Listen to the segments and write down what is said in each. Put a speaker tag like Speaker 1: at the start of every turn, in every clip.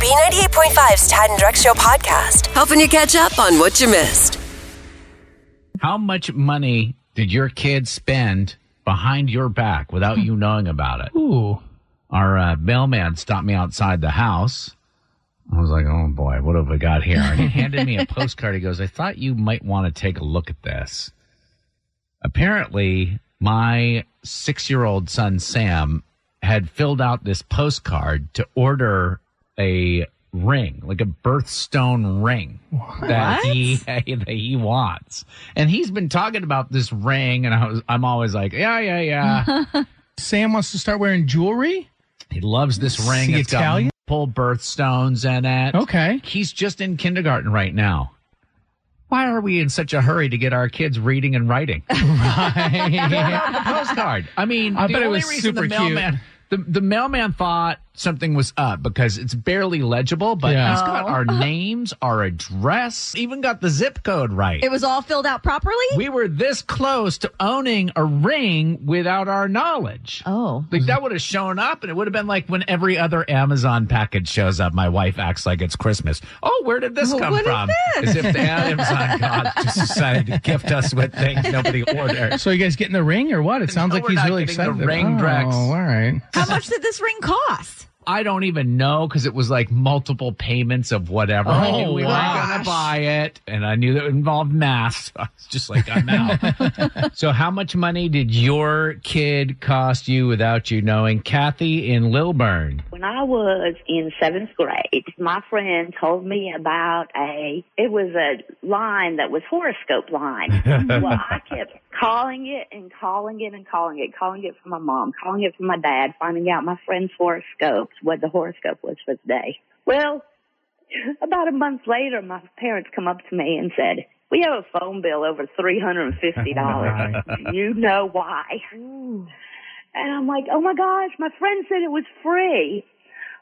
Speaker 1: B98.5's Tad and Drex Show podcast, helping you catch up on what you missed.
Speaker 2: How much money did your kids spend behind your back without you knowing about it?
Speaker 3: Ooh.
Speaker 2: Our uh, mailman stopped me outside the house. I was like, oh boy, what have we got here? And he handed me a postcard. He goes, I thought you might want to take a look at this. Apparently, my six year old son, Sam, had filled out this postcard to order a ring, like a birthstone ring that he that he wants. And he's been talking about this ring, and I was I'm always like, yeah, yeah, yeah.
Speaker 3: Sam wants to start wearing jewelry?
Speaker 2: he loves this ring.
Speaker 3: he
Speaker 2: It's got
Speaker 3: Italian?
Speaker 2: multiple birthstones in it.
Speaker 3: Okay.
Speaker 2: He's just in kindergarten right now. Why are we in such a hurry to get our kids reading and writing?
Speaker 3: Right.
Speaker 2: postcard. I mean,
Speaker 3: I
Speaker 2: the
Speaker 3: bet it
Speaker 2: only
Speaker 3: was
Speaker 2: reason the
Speaker 3: super cute.
Speaker 2: mailman, The, the mailman thought something was up because it's barely legible, but
Speaker 3: Yeah.
Speaker 2: he's got our Oh. names, our address, even got the zip code right.
Speaker 4: It was all filled out properly?
Speaker 2: we were this close to owning a ring without our knowledge.
Speaker 4: oh.
Speaker 2: Like that would have shown up, and it would have been like when every other Amazon package shows up, my wife acts like it's Christmas. Oh, where did this
Speaker 4: Well,
Speaker 2: come
Speaker 4: what is
Speaker 2: from? As if the Amazon God just decided to gift us with things nobody ordered.
Speaker 3: so you guys getting the ring or what? It sounds
Speaker 2: No,
Speaker 3: like
Speaker 2: we're
Speaker 3: he's
Speaker 2: not
Speaker 3: really
Speaker 2: getting the
Speaker 3: excited.
Speaker 2: ring,
Speaker 3: oh,
Speaker 2: Drex.
Speaker 3: all right.
Speaker 4: How much did this ring cost?
Speaker 2: I don't even know because it was like multiple payments of whatever. I
Speaker 3: Oh,
Speaker 2: knew we were going
Speaker 3: gosh.
Speaker 2: to buy it, and I knew that it involved masks. I was just like, I'm out. so, how much money did your kid cost you without you knowing? Kathy in Lilburn.
Speaker 5: When I was in seventh grade, my friend told me about a, it was a line that was horoscope line. well, I kept calling it and calling it and calling it, calling it from my mom, calling it from my dad, finding out my friend's horoscopes, what the horoscope was for the day. Well, about a month later, my parents come up to me and said, we have a phone bill over $350. you know why. And I'm like, oh my gosh, my friend said it was free.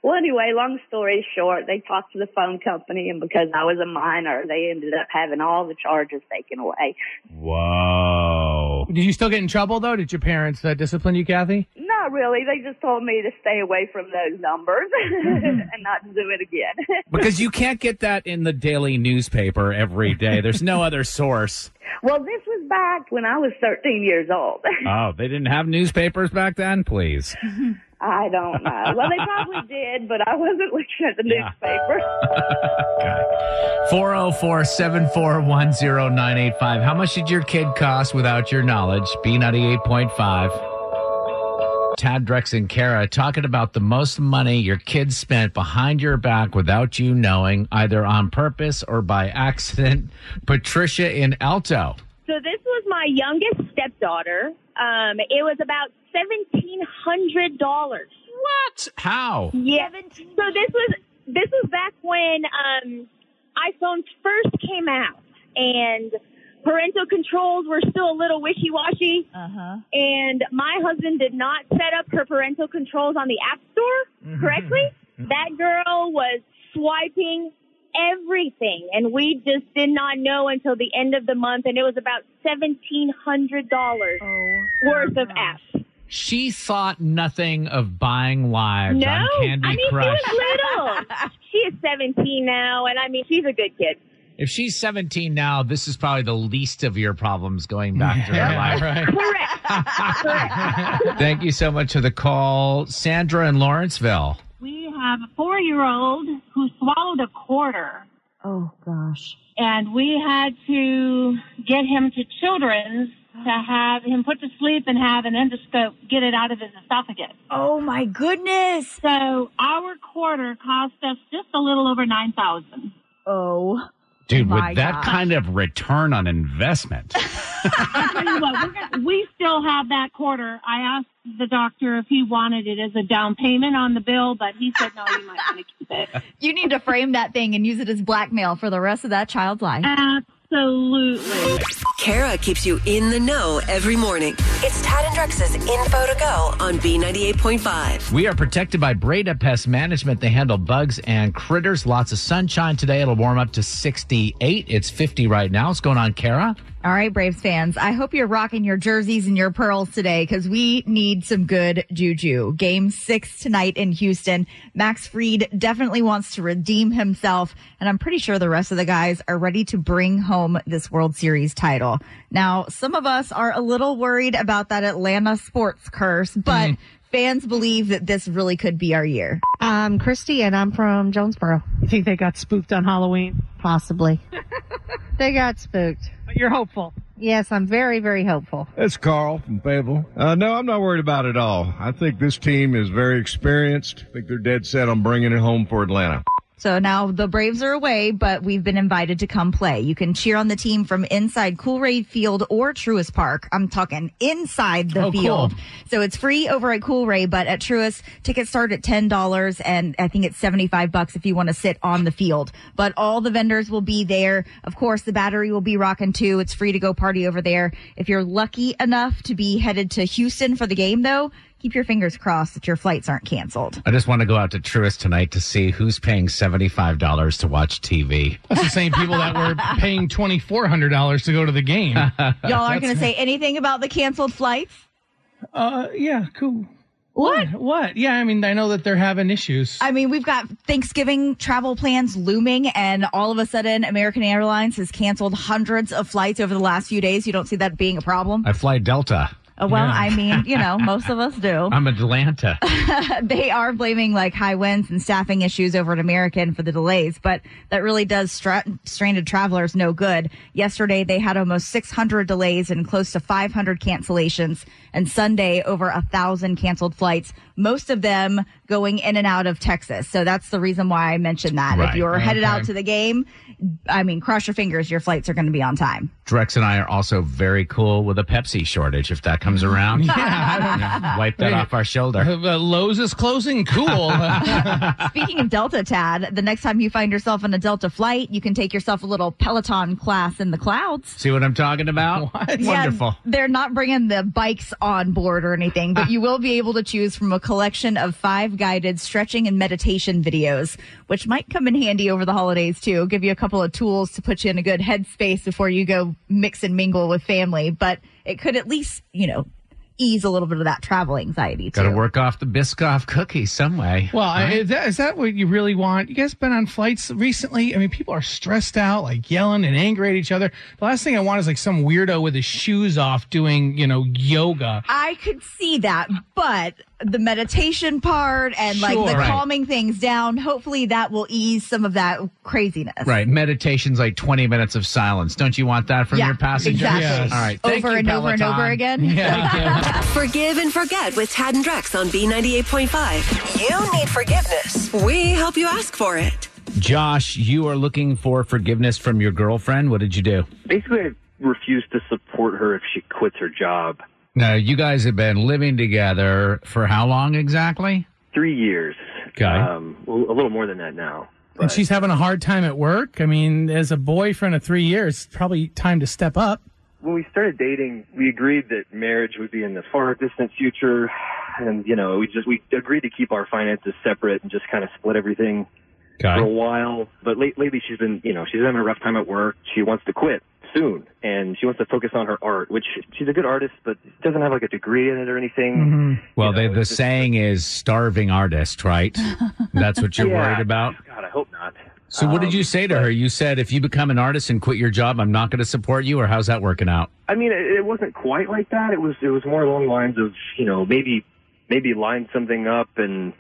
Speaker 5: Well, anyway, long story short, they talked to the phone company, and because I was a minor, they ended up having all the charges taken away.
Speaker 2: Whoa.
Speaker 3: Did you still get in trouble though? Did your parents uh, discipline you, Kathy?
Speaker 5: Not really. They just told me to stay away from those numbers and not to do it again.
Speaker 2: Because you can't get that in the daily newspaper every day. There's no other source.
Speaker 5: well, this was back when I was 13 years old.
Speaker 2: Oh, they didn't have newspapers back then, please.
Speaker 5: I don't know. Well, they probably did, but I wasn't looking at the
Speaker 2: Yeah.
Speaker 5: newspaper.
Speaker 2: 404 741 0985. How much did your kid cost without your knowledge? B98.5. Tad Drex and Kara talking about the most money your kids spent behind your back without you knowing, either on purpose or by accident. Patricia in Alto.
Speaker 6: So this was my youngest stepdaughter. Um, it was about seventeen hundred dollars.
Speaker 2: What? How?
Speaker 6: Yeah. So this was this was back when um, iPhones first came out, and parental controls were still a little wishy washy.
Speaker 4: Uh huh.
Speaker 6: And my husband did not set up her parental controls on the App Store correctly. That girl was swiping everything, and we just did not know until the end of the month, and it was about seventeen hundred dollars
Speaker 4: Oh.
Speaker 6: worth of apps.
Speaker 2: She thought nothing of buying lives
Speaker 6: No,
Speaker 2: on Candy
Speaker 6: I mean
Speaker 2: Crush.
Speaker 6: she was little. she is seventeen now, and I mean she's a good kid.
Speaker 2: if she's 17 now, this is probably the least of your problems going back to her life.
Speaker 3: right.
Speaker 6: Correct.
Speaker 2: Thank you so much for the call, Sandra in Lawrenceville.
Speaker 7: We have a four year old who swallowed a quarter,
Speaker 4: Oh, gosh.
Speaker 7: and we had to get him to children's to have him put to sleep and have an endoscope get it out of his esophagus.
Speaker 4: Oh, my goodness.
Speaker 7: So our quarter cost us just a little over nine thousand.
Speaker 4: Oh,
Speaker 2: Dude,
Speaker 4: My
Speaker 2: with that
Speaker 4: gosh.
Speaker 2: kind of return on investment.
Speaker 7: I tell you what, we're gonna, we still have that quarter. I asked the doctor if he wanted it as a down payment on the bill, but he said no, you might want to keep it.
Speaker 4: You need to frame that thing and use it as blackmail for the rest of that child's life.
Speaker 7: Absolutely.
Speaker 1: Kara keeps you in the know every morning. It's Tad and Drex's info to go on B98.5.
Speaker 2: we are protected by Breda Pest Management. They handle bugs and critters. Lots of sunshine today. It'll warm up to 68. It's 50 right now. What's going on, Kara?
Speaker 4: All right, Braves fans, I hope you're rocking your jerseys and your pearls today because we need some good juju. Game six tonight in Houston. Max Freed definitely wants to redeem himself, and I'm pretty sure the rest of the guys are ready to bring home this World Series title. Now, some of us are a little worried about that Atlanta sports curse, but fans believe that this really could be our year.
Speaker 8: I'm Christy, and I'm from Jonesboro,
Speaker 9: You think they got spooked on Halloween?
Speaker 8: possibly. they got spooked.
Speaker 9: But you're hopeful.
Speaker 8: Yes, I'm very, very hopeful.
Speaker 10: It's Carl from Fayetteville. Uh, no, I'm not worried about it at all. I think this team is very experienced. I think they're dead set on bringing it home for Atlanta.
Speaker 4: So now the Braves are away, but we've been invited to come play. You can cheer on the team from inside Coolraid Field or Truist Park. I'm talking inside the
Speaker 2: Oh, cool.
Speaker 4: field. So it's free over at Coolraid, but at Truist, tickets start at $10 and I think it's 75 bucks if you want to sit on the field. But all the vendors will be there. Of course, the battery will be rocking too. It's free to go party over there. If you're lucky enough to be headed to Houston for the game though, keep your fingers crossed that your flights aren't canceled.
Speaker 2: I just want to go out to Truist tonight to see who's paying $75 to watch TV.
Speaker 3: That's the same people that were paying twenty four hundred dollars to go to the game.
Speaker 4: Y'all aren't going to say anything about the canceled flights?
Speaker 3: Uh, yeah, cool. What? What? Yeah, I mean, I know that they're having issues.
Speaker 4: I mean, we've got Thanksgiving travel plans looming, and all of a sudden, American Airlines has canceled hundreds of flights over the last few days. You don't see that being a problem.
Speaker 2: I fly Delta.
Speaker 4: Uh, well, I mean, you know, most of us do.
Speaker 2: I'm Atlanta.
Speaker 4: They are blaming like high winds and staffing issues over at American for the delays, but that really does stra- stranded travelers no good. Yesterday, they had almost 600 delays and close to 500 cancellations, and Sunday, over a thousand canceled flights, most of them going in and out of Texas. So that's the reason why I mentioned that. If
Speaker 2: Right.
Speaker 4: you're headed out
Speaker 3: Okay.
Speaker 4: to the game, I mean, cross your fingers, your flights are going to be on time.
Speaker 2: Drex and I are also very cool with a Pepsi shortage if that comes around. Yeah, wipe that off our shoulder.
Speaker 3: Uh, Lowe's is closing. Cool.
Speaker 4: Speaking of Delta, Tad, the next time you find yourself on a Delta flight, you can take yourself a little Peloton class in the clouds.
Speaker 2: See what I'm talking about? Wonderful.
Speaker 4: Yeah, they're not bringing the bikes on board or anything, but you will be able to choose from a collection of five guided stretching and meditation videos, which might come in handy over the holidays too. Give you a couple of tools to put you in a good headspace before you go mix and mingle with family, but it could at least, you know, ease a little bit of that travel anxiety too.
Speaker 2: Got to work off the Biscoff cookie some way.
Speaker 3: well, I, is, that, is that what you really want? You guys been on flights recently? I mean, people are stressed out, like yelling and angry at each other. The last thing I want is like some weirdo with his shoes off doing, you know, yoga.
Speaker 4: I could see that, but the meditation part and like the
Speaker 3: Sure. Right.
Speaker 4: calming things down, hopefully that will ease some of that craziness.
Speaker 2: Right. Meditation's like 20 minutes of silence. Don't you want that from
Speaker 4: Yeah,
Speaker 2: your passenger?
Speaker 4: exactly.
Speaker 3: Yes.
Speaker 2: All right. Thank
Speaker 4: Over
Speaker 2: you,
Speaker 4: and over and over
Speaker 2: Peloton.
Speaker 4: again.
Speaker 1: Forgive and forget with Tad and Drex on B98.5. You need forgiveness. We help you ask for it.
Speaker 2: Josh, you are looking for forgiveness from your girlfriend. What did you do?
Speaker 11: basically I refused to support her if she quits her job.
Speaker 2: Now, you guys have been living together for how long exactly?
Speaker 11: Three years.
Speaker 2: Okay.
Speaker 11: Um, a a little more than that now.
Speaker 3: And she's having a hard time at work. I mean, as a boyfriend of three years, it's probably time to step up.
Speaker 11: When we started dating, we agreed that marriage would be in the far distant future, and you know, we just we agreed to keep our finances separate and just kind of split everything for a
Speaker 2: Okay.
Speaker 11: while. But late, lately, she's been you know she's having a rough time at work. She wants to quit soon, and she wants to focus on her art, which she's a good artist, but doesn't have like a degree in it or anything. You
Speaker 2: Well,
Speaker 11: know,
Speaker 2: they, the
Speaker 11: it's just-
Speaker 2: saying is starving artist, right? That's what you're
Speaker 11: Yeah.
Speaker 2: worried about.
Speaker 11: God, I hope not.
Speaker 2: So, what did
Speaker 11: Um,
Speaker 2: you say to her? You said, if you become an artist and quit your job, I'm not going to support you, or how's that working out?
Speaker 11: I mean, it, it wasn't quite like that. It was it was more along the lines of you know maybe maybe line something up and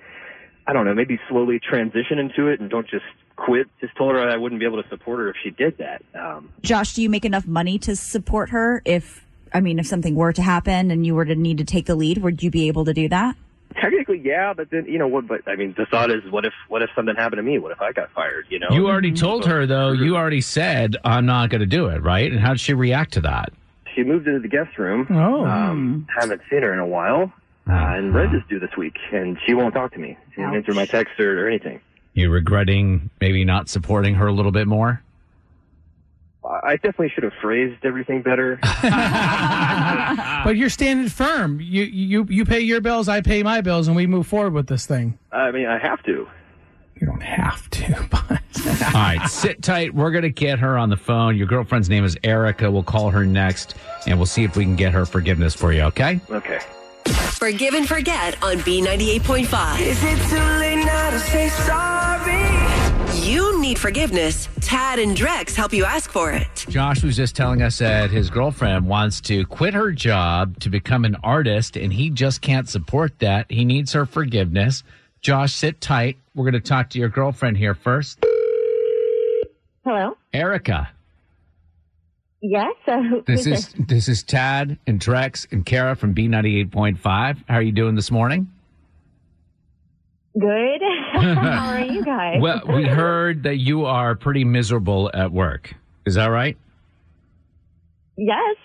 Speaker 11: I don't know maybe slowly transition into it and don't just quit. Just told her I wouldn't be able to support her if she did that. Um,
Speaker 4: Josh, do you make enough money to support her if I mean if something were to happen and you were to need to take the lead, would you be able to do that?
Speaker 11: Technically, yeah, but then you know what? But I mean, the thought is, what if what if something happened to me? What if I got fired? You know,
Speaker 2: You already
Speaker 11: Mm-hmm.
Speaker 2: told her, though. You already said, I'm not going to do it, right? And how did she react to that?
Speaker 11: She moved into the guest room.
Speaker 2: Oh.
Speaker 11: Um, haven't seen her in a while. Uh, and Reg is due this week, and she won't talk to me. She didn't answer my text or, or anything.
Speaker 2: You regretting maybe not supporting her a little bit more?
Speaker 11: I I definitely should have phrased everything better.
Speaker 3: but you're standing firm. You you you pay your bills, I pay my bills, and we move forward with this thing.
Speaker 11: I mean, I have to.
Speaker 2: All right, sit tight. We're going to get her on the phone. Your girlfriend's name is Erica. We'll call her next and we'll see if we can get her forgiveness for you, okay?
Speaker 11: Okay.
Speaker 1: Forgive and forget on B98.5. Is it too late now to say sorry? You need forgiveness. Tad and Drex help you ask for it.
Speaker 2: Josh was just telling us that his girlfriend wants to quit her job to become an artist, and he just can't support that. He needs her forgiveness. Josh, sit tight. We're going to talk to your girlfriend here first.
Speaker 12: Hello.
Speaker 2: Erica,
Speaker 12: Yes. Uh, who-
Speaker 2: this
Speaker 12: who's
Speaker 2: is this is Tad and Drex and Kara from B ninety eight point five. How are you doing this morning?
Speaker 12: good. How are you guys?
Speaker 2: Well, we heard that you are pretty miserable at work. Is that right?
Speaker 12: yes.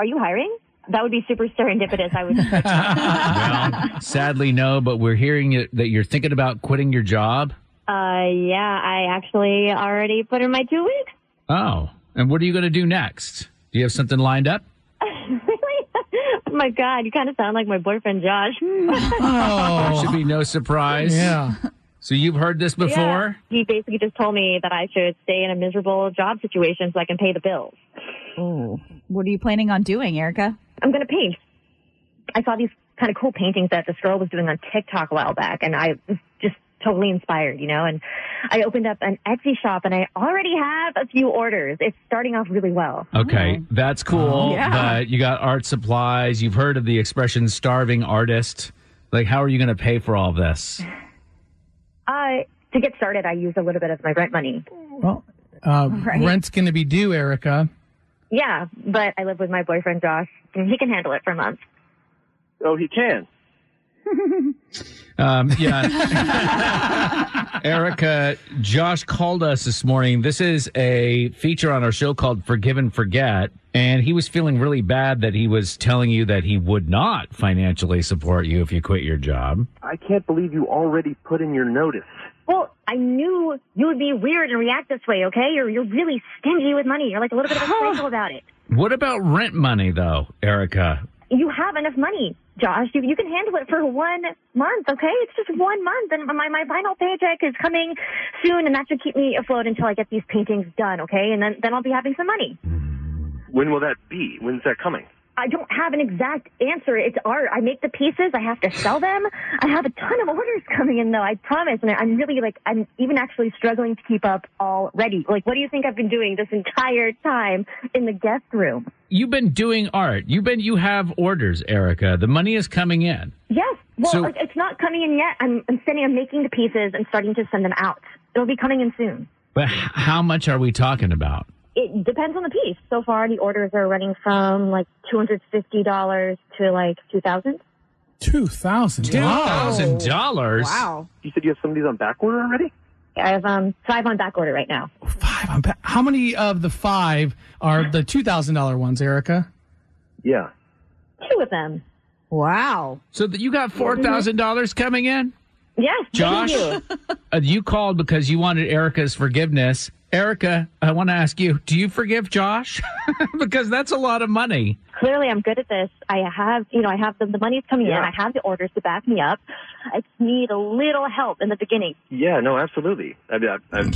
Speaker 12: Are you hiring? That would be super serendipitous. I would.
Speaker 2: Sadly, no. But we're hearing it, that you're thinking about quitting your job.
Speaker 12: uh, yeah, I actually already put in my two weeks.
Speaker 2: Oh, and what are you going to do next? Do you have something lined up?
Speaker 12: Oh my God, you kind of sound like my boyfriend Josh.
Speaker 2: There should be no surprise. Yeah. So you've heard this before?
Speaker 12: Yeah. He basically just told me that I should stay in a miserable job situation so I can pay the bills.
Speaker 4: Oh, what are you planning on doing, Erica?
Speaker 12: I'm going to paint. I saw these kind of cool paintings that this girl was doing on TikTok a while back, and I was just totally inspired, you know. And I opened up an Etsy shop, and I already have a few orders. It's starting off really well.
Speaker 2: Okay, that's cool.
Speaker 12: Oh. Yeah.
Speaker 2: But you got art supplies. You've heard of the expression starving artist. Like, how are you going to pay for all this?
Speaker 12: Uh, to get started, I used a little bit of my rent money.
Speaker 3: Well, uh,
Speaker 12: Right.
Speaker 3: rent's going to be due, Erica.
Speaker 12: Yeah, but I live with my boyfriend Josh, and he can handle it for a month.
Speaker 11: Oh, he can.
Speaker 2: Um, yeah. Erica, Josh called us this morning. This is a feature on our show called Forgive and Forget. And he was feeling really bad that he was telling you that he would not financially support you if you quit your job.
Speaker 11: I can't believe you already put in your notice.
Speaker 12: Well, I knew you would be weird and react this way. Okay, you're you're really stingy with money. You're like a little bit of a psycho about it.
Speaker 2: What about rent money, though, Erica?
Speaker 12: you have enough money, Josh. You, you can handle it for one month, okay? It's just one month, and my, my final paycheck is coming soon, and that should keep me afloat until I get these paintings done, okay? And then, then I'll be having some money.
Speaker 11: When will that be? When's that coming?
Speaker 12: I don't have an exact answer. It's art. I make the pieces. I have to sell them. I have a ton of orders coming in, though. I promise. And I'm really like I'm even actually struggling to keep up already. Like, what do you think I've been doing this entire time in the guest room?
Speaker 2: You've been doing art. You've been, you have orders, Erica. The money is coming in.
Speaker 12: Yes. Well,
Speaker 2: So-
Speaker 12: like, it's not coming in yet. I'm, I'm sending, I'm making the pieces and starting to send them out. It'll be coming in soon.
Speaker 2: But h- how much are we talking about?
Speaker 12: It depends on the piece. So far, the orders are running from like $250 to like 2000
Speaker 3: Two thousand dollars.
Speaker 2: $2,000?
Speaker 11: You said you have some of these on back order already?
Speaker 12: I have um, five on back order right now.
Speaker 3: Um, How many of the five are the two thousand dollar ones, Erica?
Speaker 11: Yeah.
Speaker 12: Two of them.
Speaker 4: Wow.
Speaker 2: So that you got $4,000 coming in?
Speaker 12: Yes.
Speaker 2: Josh,
Speaker 12: thank you.
Speaker 2: uh, you called because you wanted Erica's forgiveness. Erica, I want to ask you, do you forgive Josh? because that's a lot of money.
Speaker 12: Clearly, I'm good at this. I have, you know, I have the, the money's coming in. I have the orders to back me up. I just need a little help in the beginning.
Speaker 11: Yeah, no, absolutely. I mean, I, I'm,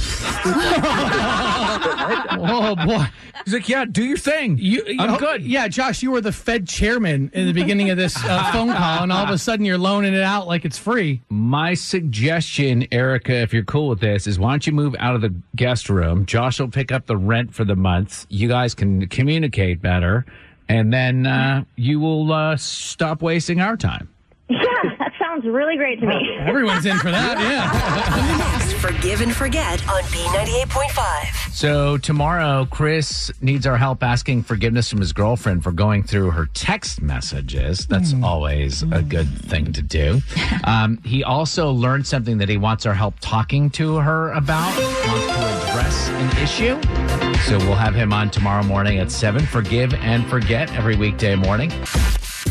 Speaker 3: Oh boy,
Speaker 2: He's like, yeah, do your thing.
Speaker 3: you, you-
Speaker 2: I'm good.
Speaker 3: Yeah, Josh, you were the Fed chairman in the beginning of this uh, phone call, and all of a sudden you're loaning it out like it's free.
Speaker 2: My suggestion, Erica, if you're cool with this, is why don't you move out of the guest room? Josh will pick up the rent for the month. You guys can communicate better, and then uh, you will uh, stop wasting our time.
Speaker 12: Yeah, that sounds sounds really great to me.
Speaker 3: Everyone's in for that, yeah.
Speaker 1: Next, Forgive and Forget on B98.5.
Speaker 2: So tomorrow, Chris needs our help asking forgiveness from his girlfriend for going through her text messages. That's always a good thing to do. Um, he also learned something that he wants our help talking to her about. Wants to address an issue. So we'll have him on tomorrow morning at seven. Forgive and forget every weekday morning.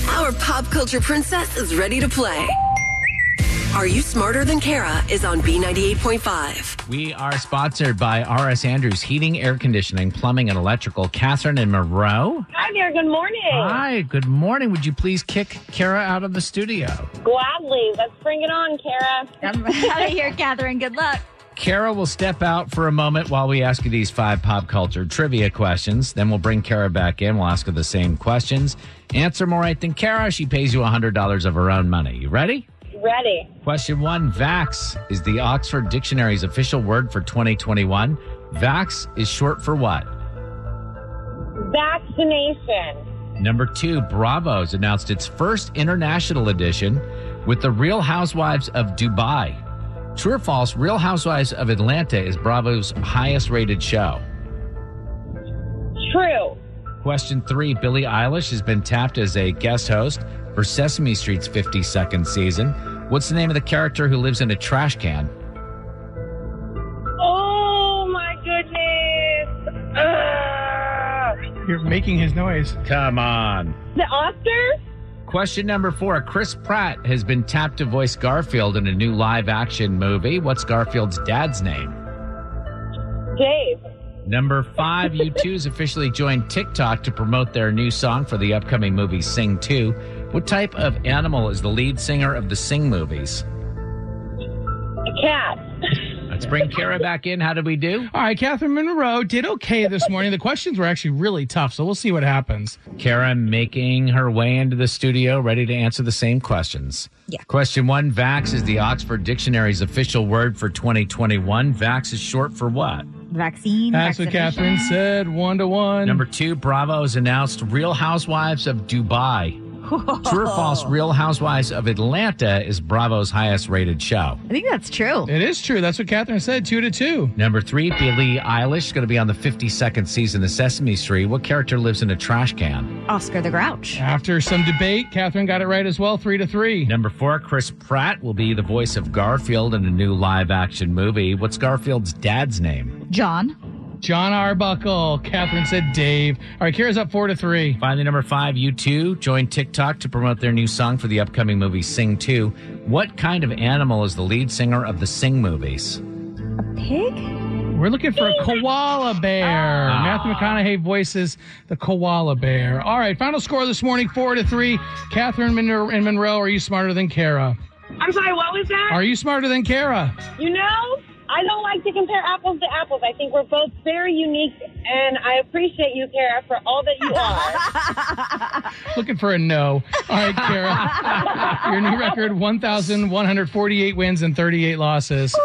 Speaker 1: Our pop culture princess is ready to play. Are You Smarter Than Kara is on B98.5.
Speaker 2: We are sponsored by R.S. Andrews Heating, Air Conditioning, Plumbing, and Electrical. Catherine and Moreau.
Speaker 13: Hi there. Good morning.
Speaker 2: Hi, good morning. Would you please kick Kara out of the studio?
Speaker 13: Gladly. Let's bring it on, Kara.
Speaker 4: I'm out of here, Catherine. Good luck.
Speaker 2: Kara will step out for a moment while we ask you these five pop culture trivia questions. Then we'll bring Kara back in. We'll ask her the same questions. Answer more right than Kara. She pays you $100 of her own money. You ready?
Speaker 13: Ready.
Speaker 2: Question one Vax is the Oxford Dictionary's official word for 2021. Vax is short for what?
Speaker 13: Vaccination.
Speaker 2: Number two, Bravo's announced its first international edition with the Real Housewives of Dubai. True or false, Real Housewives of Atlanta is Bravo's highest rated show.
Speaker 13: True.
Speaker 2: Question three Billie Eilish has been tapped as a guest host for Sesame Street's 52nd season. What's the name of the character who lives in a trash can?
Speaker 13: Oh my goodness. Ugh.
Speaker 3: You're making his noise.
Speaker 2: Come on.
Speaker 13: The Oscar?
Speaker 2: Question number four Chris Pratt has been tapped to voice Garfield in a new live action movie. What's Garfield's dad's name?
Speaker 13: Dave.
Speaker 2: Number five, U2's officially joined TikTok to promote their new song for the upcoming movie Sing 2. What type of animal is the lead singer of the Sing movies?
Speaker 13: The cat.
Speaker 2: Let's bring Kara back in. How did we do?
Speaker 3: All right, Catherine Monroe did okay this morning. The questions were actually really tough, so we'll see what happens.
Speaker 2: Kara making her way into the studio, ready to answer the same questions.
Speaker 4: Yeah.
Speaker 2: Question one Vax is the Oxford Dictionary's official word for 2021. Vax is short for what?
Speaker 4: Vaccine.
Speaker 3: That's what
Speaker 4: vaccination.
Speaker 3: Catherine said, one to one.
Speaker 2: Number two, Bravo has announced Real Housewives of Dubai. True or false, Real Housewives of Atlanta is Bravo's highest rated show.
Speaker 4: I think that's true.
Speaker 3: It is true. That's what Catherine said, two to two.
Speaker 2: Number three, Billie Eilish is going to be on the 52nd season of Sesame Street. What character lives in a trash can?
Speaker 4: Oscar the Grouch.
Speaker 3: After some debate, Catherine got it right as well, three to three.
Speaker 2: Number four, Chris Pratt will be the voice of Garfield in a new live action movie. What's Garfield's dad's name?
Speaker 4: John.
Speaker 3: John Arbuckle. Catherine said Dave. All right, Kira's up four to three.
Speaker 2: Finally, number five, U2 joined TikTok to promote their new song for the upcoming movie Sing 2. What kind of animal is the lead singer of the Sing movies?
Speaker 4: Pig? Ah.
Speaker 3: We're looking for a koala bear. Matthew McConaughey voices the koala bear. All right, final score this morning, four to three. Catherine Monroe and Monroe, are you smarter than Kara?
Speaker 13: I'm sorry, what was that?
Speaker 3: Are you smarter than Kara?
Speaker 13: You know, I don't like to compare apples to apples. I think we're both very unique, and I appreciate you, Kara, for all that you are.
Speaker 3: Looking for a no. All right, Kara. Your new record, 1,148 wins and 38 losses.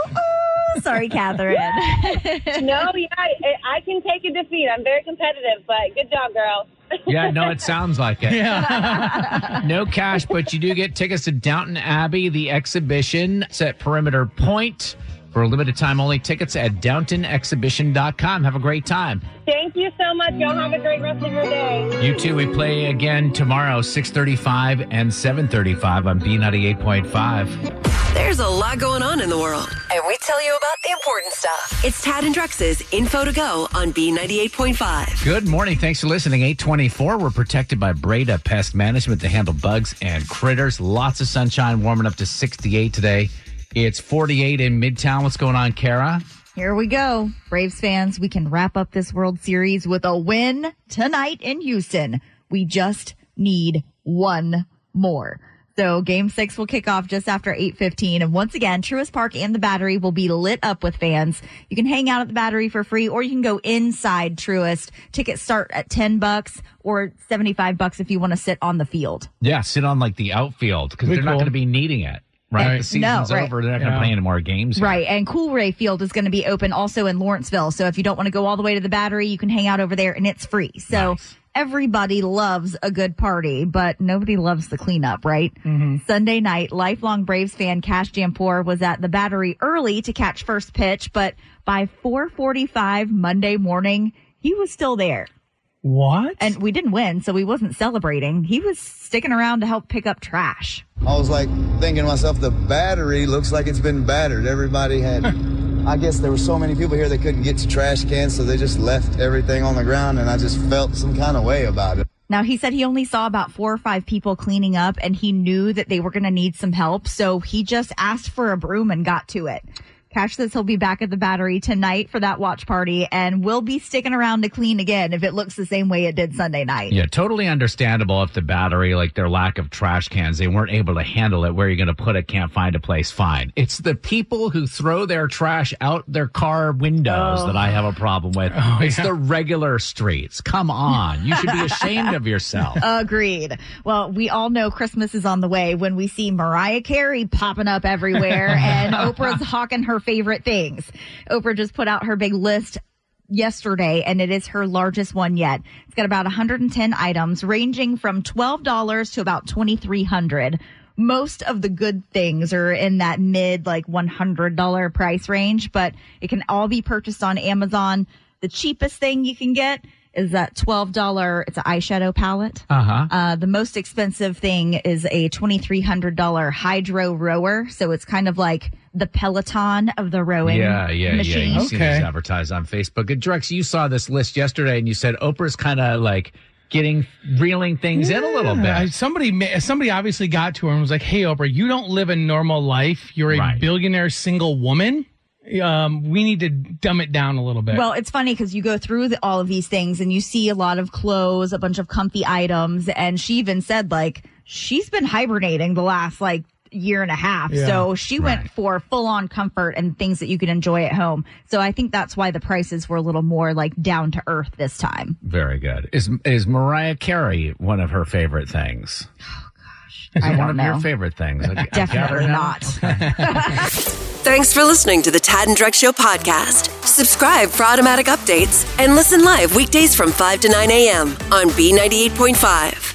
Speaker 4: Sorry, Catherine.
Speaker 13: no, yeah, I, I can take a defeat. I'm very competitive, but good job, girl.
Speaker 2: Yeah, no, it sounds like it.
Speaker 3: Yeah.
Speaker 2: No cash, but you do get tickets to Downton Abbey, the exhibition. It's at Perimeter Point for a limited time only. Tickets at downtonexhibition.com. Have a great time.
Speaker 13: Thank you so much. Y'all have a great rest of your day.
Speaker 2: You too. We play again tomorrow, 635 and 735 on B98.5.
Speaker 1: There's a lot going on in the world, and we tell you about the important stuff. It's Tad and Drex's Info to Go on B98.5.
Speaker 2: Good morning. Thanks for listening. 824. We're protected by Breda Pest Management to handle bugs and critters. Lots of sunshine warming up to 68 today. It's 48 in Midtown. What's going on, Kara?
Speaker 4: Here we go. Braves fans, we can wrap up this World Series with a win tonight in Houston. We just need one more. So game six will kick off just after 8.15. And once again, Truist Park and the Battery will be lit up with fans. You can hang out at the Battery for free or you can go inside Truist. Tickets start at 10 bucks or 75 bucks if you want to sit on the field.
Speaker 2: Yeah, sit on like the outfield because
Speaker 3: We
Speaker 2: they're not
Speaker 3: cool.
Speaker 2: going to be needing it. right?
Speaker 4: Right.
Speaker 2: The season's
Speaker 4: No, right.
Speaker 2: over. They're not going to
Speaker 4: Yeah.
Speaker 2: play any more games. here.
Speaker 4: Right, and Cool Ray Field is going to be open also in Lawrenceville. So if you don't want to go all the way to the battery, you can hang out over there and it's free. So everybody loves a good party, but nobody loves the cleanup, right? Sunday night, lifelong Braves fan Cash Jampour was at the battery early to catch first pitch, but by 4:45 Monday morning, he was still there.
Speaker 3: What?
Speaker 4: And we didn't win, so we wasn't celebrating. He was sticking around to help pick up trash.
Speaker 14: I was like thinking to myself, the battery looks like it's been battered. Everybody had, I guess there were so many people here they couldn't get to trash cans, so they just left everything on the ground, and I just felt some kind of way about it.
Speaker 4: Now, he said he only saw about four or five people cleaning up and he knew that they were going to need some help. So he just asked for a broom and got to it. Cash says he'll be back at the battery tonight for that watch party and will be sticking around to clean again if it looks the same way it did Sunday night.
Speaker 2: Yeah, totally understandable if the battery, like their lack of trash cans, they weren't able to handle it. Where you're going to put it, can't find a place. Fine. It's the people who throw their trash out their car windows
Speaker 15: Oh.
Speaker 2: that I have a problem with. it's the regular streets. Come on. You should be ashamed of yourself.
Speaker 4: Oh, Agreed. Well, we all know Christmas is on the way when we see Mariah Carey popping up everywhere and Oprah's hawking her favorite things. Oprah just put out her big list yesterday and it is her largest one yet. It's got about 110 items ranging from $12 to about 2300. Most of the good things are in that mid like $100 price range, but it can all be purchased on Amazon. The cheapest thing you can get is that $12 it's an eyeshadow palette.
Speaker 2: Uh-huh.
Speaker 4: Uh, the most expensive thing is a $2,300 hydro rower. So it's kind of like the Peloton of the rowing
Speaker 2: Yeah, yeah,
Speaker 4: machine.
Speaker 2: yeah. You see these advertised on Facebook. And Drex, you saw this list yesterday and you said Oprah's kind of like getting reeling things in a little bit.
Speaker 3: Yeah, somebody ma- somebody obviously got to her and was like, "Hey, Oprah, you don't live a normal life. You're a billionaire single woman. Um, we need to dumb it down a little bit."
Speaker 4: Well, it's funny because you go through the, all of these things and you see a lot of clothes, a bunch of comfy items, and she even said like she's been hibernating the last like year and a half.
Speaker 16: Yeah.
Speaker 4: so she went
Speaker 16: Right.
Speaker 4: for full on comfort and things that you can enjoy at home. So I think that's why the prices were a little more like down to earth this time.
Speaker 2: Very good. Is is Mariah Carey one of her favorite things? Oh gosh, is it
Speaker 4: I
Speaker 2: one
Speaker 4: don't
Speaker 2: of
Speaker 4: know.
Speaker 2: your favorite things? I- I gather
Speaker 4: Definitely
Speaker 2: now?
Speaker 4: not.
Speaker 1: Thanks for listening to the Tad and Drex Show podcast. Subscribe for automatic updates and listen live weekdays from 5 to 9 a.m. on B98.5.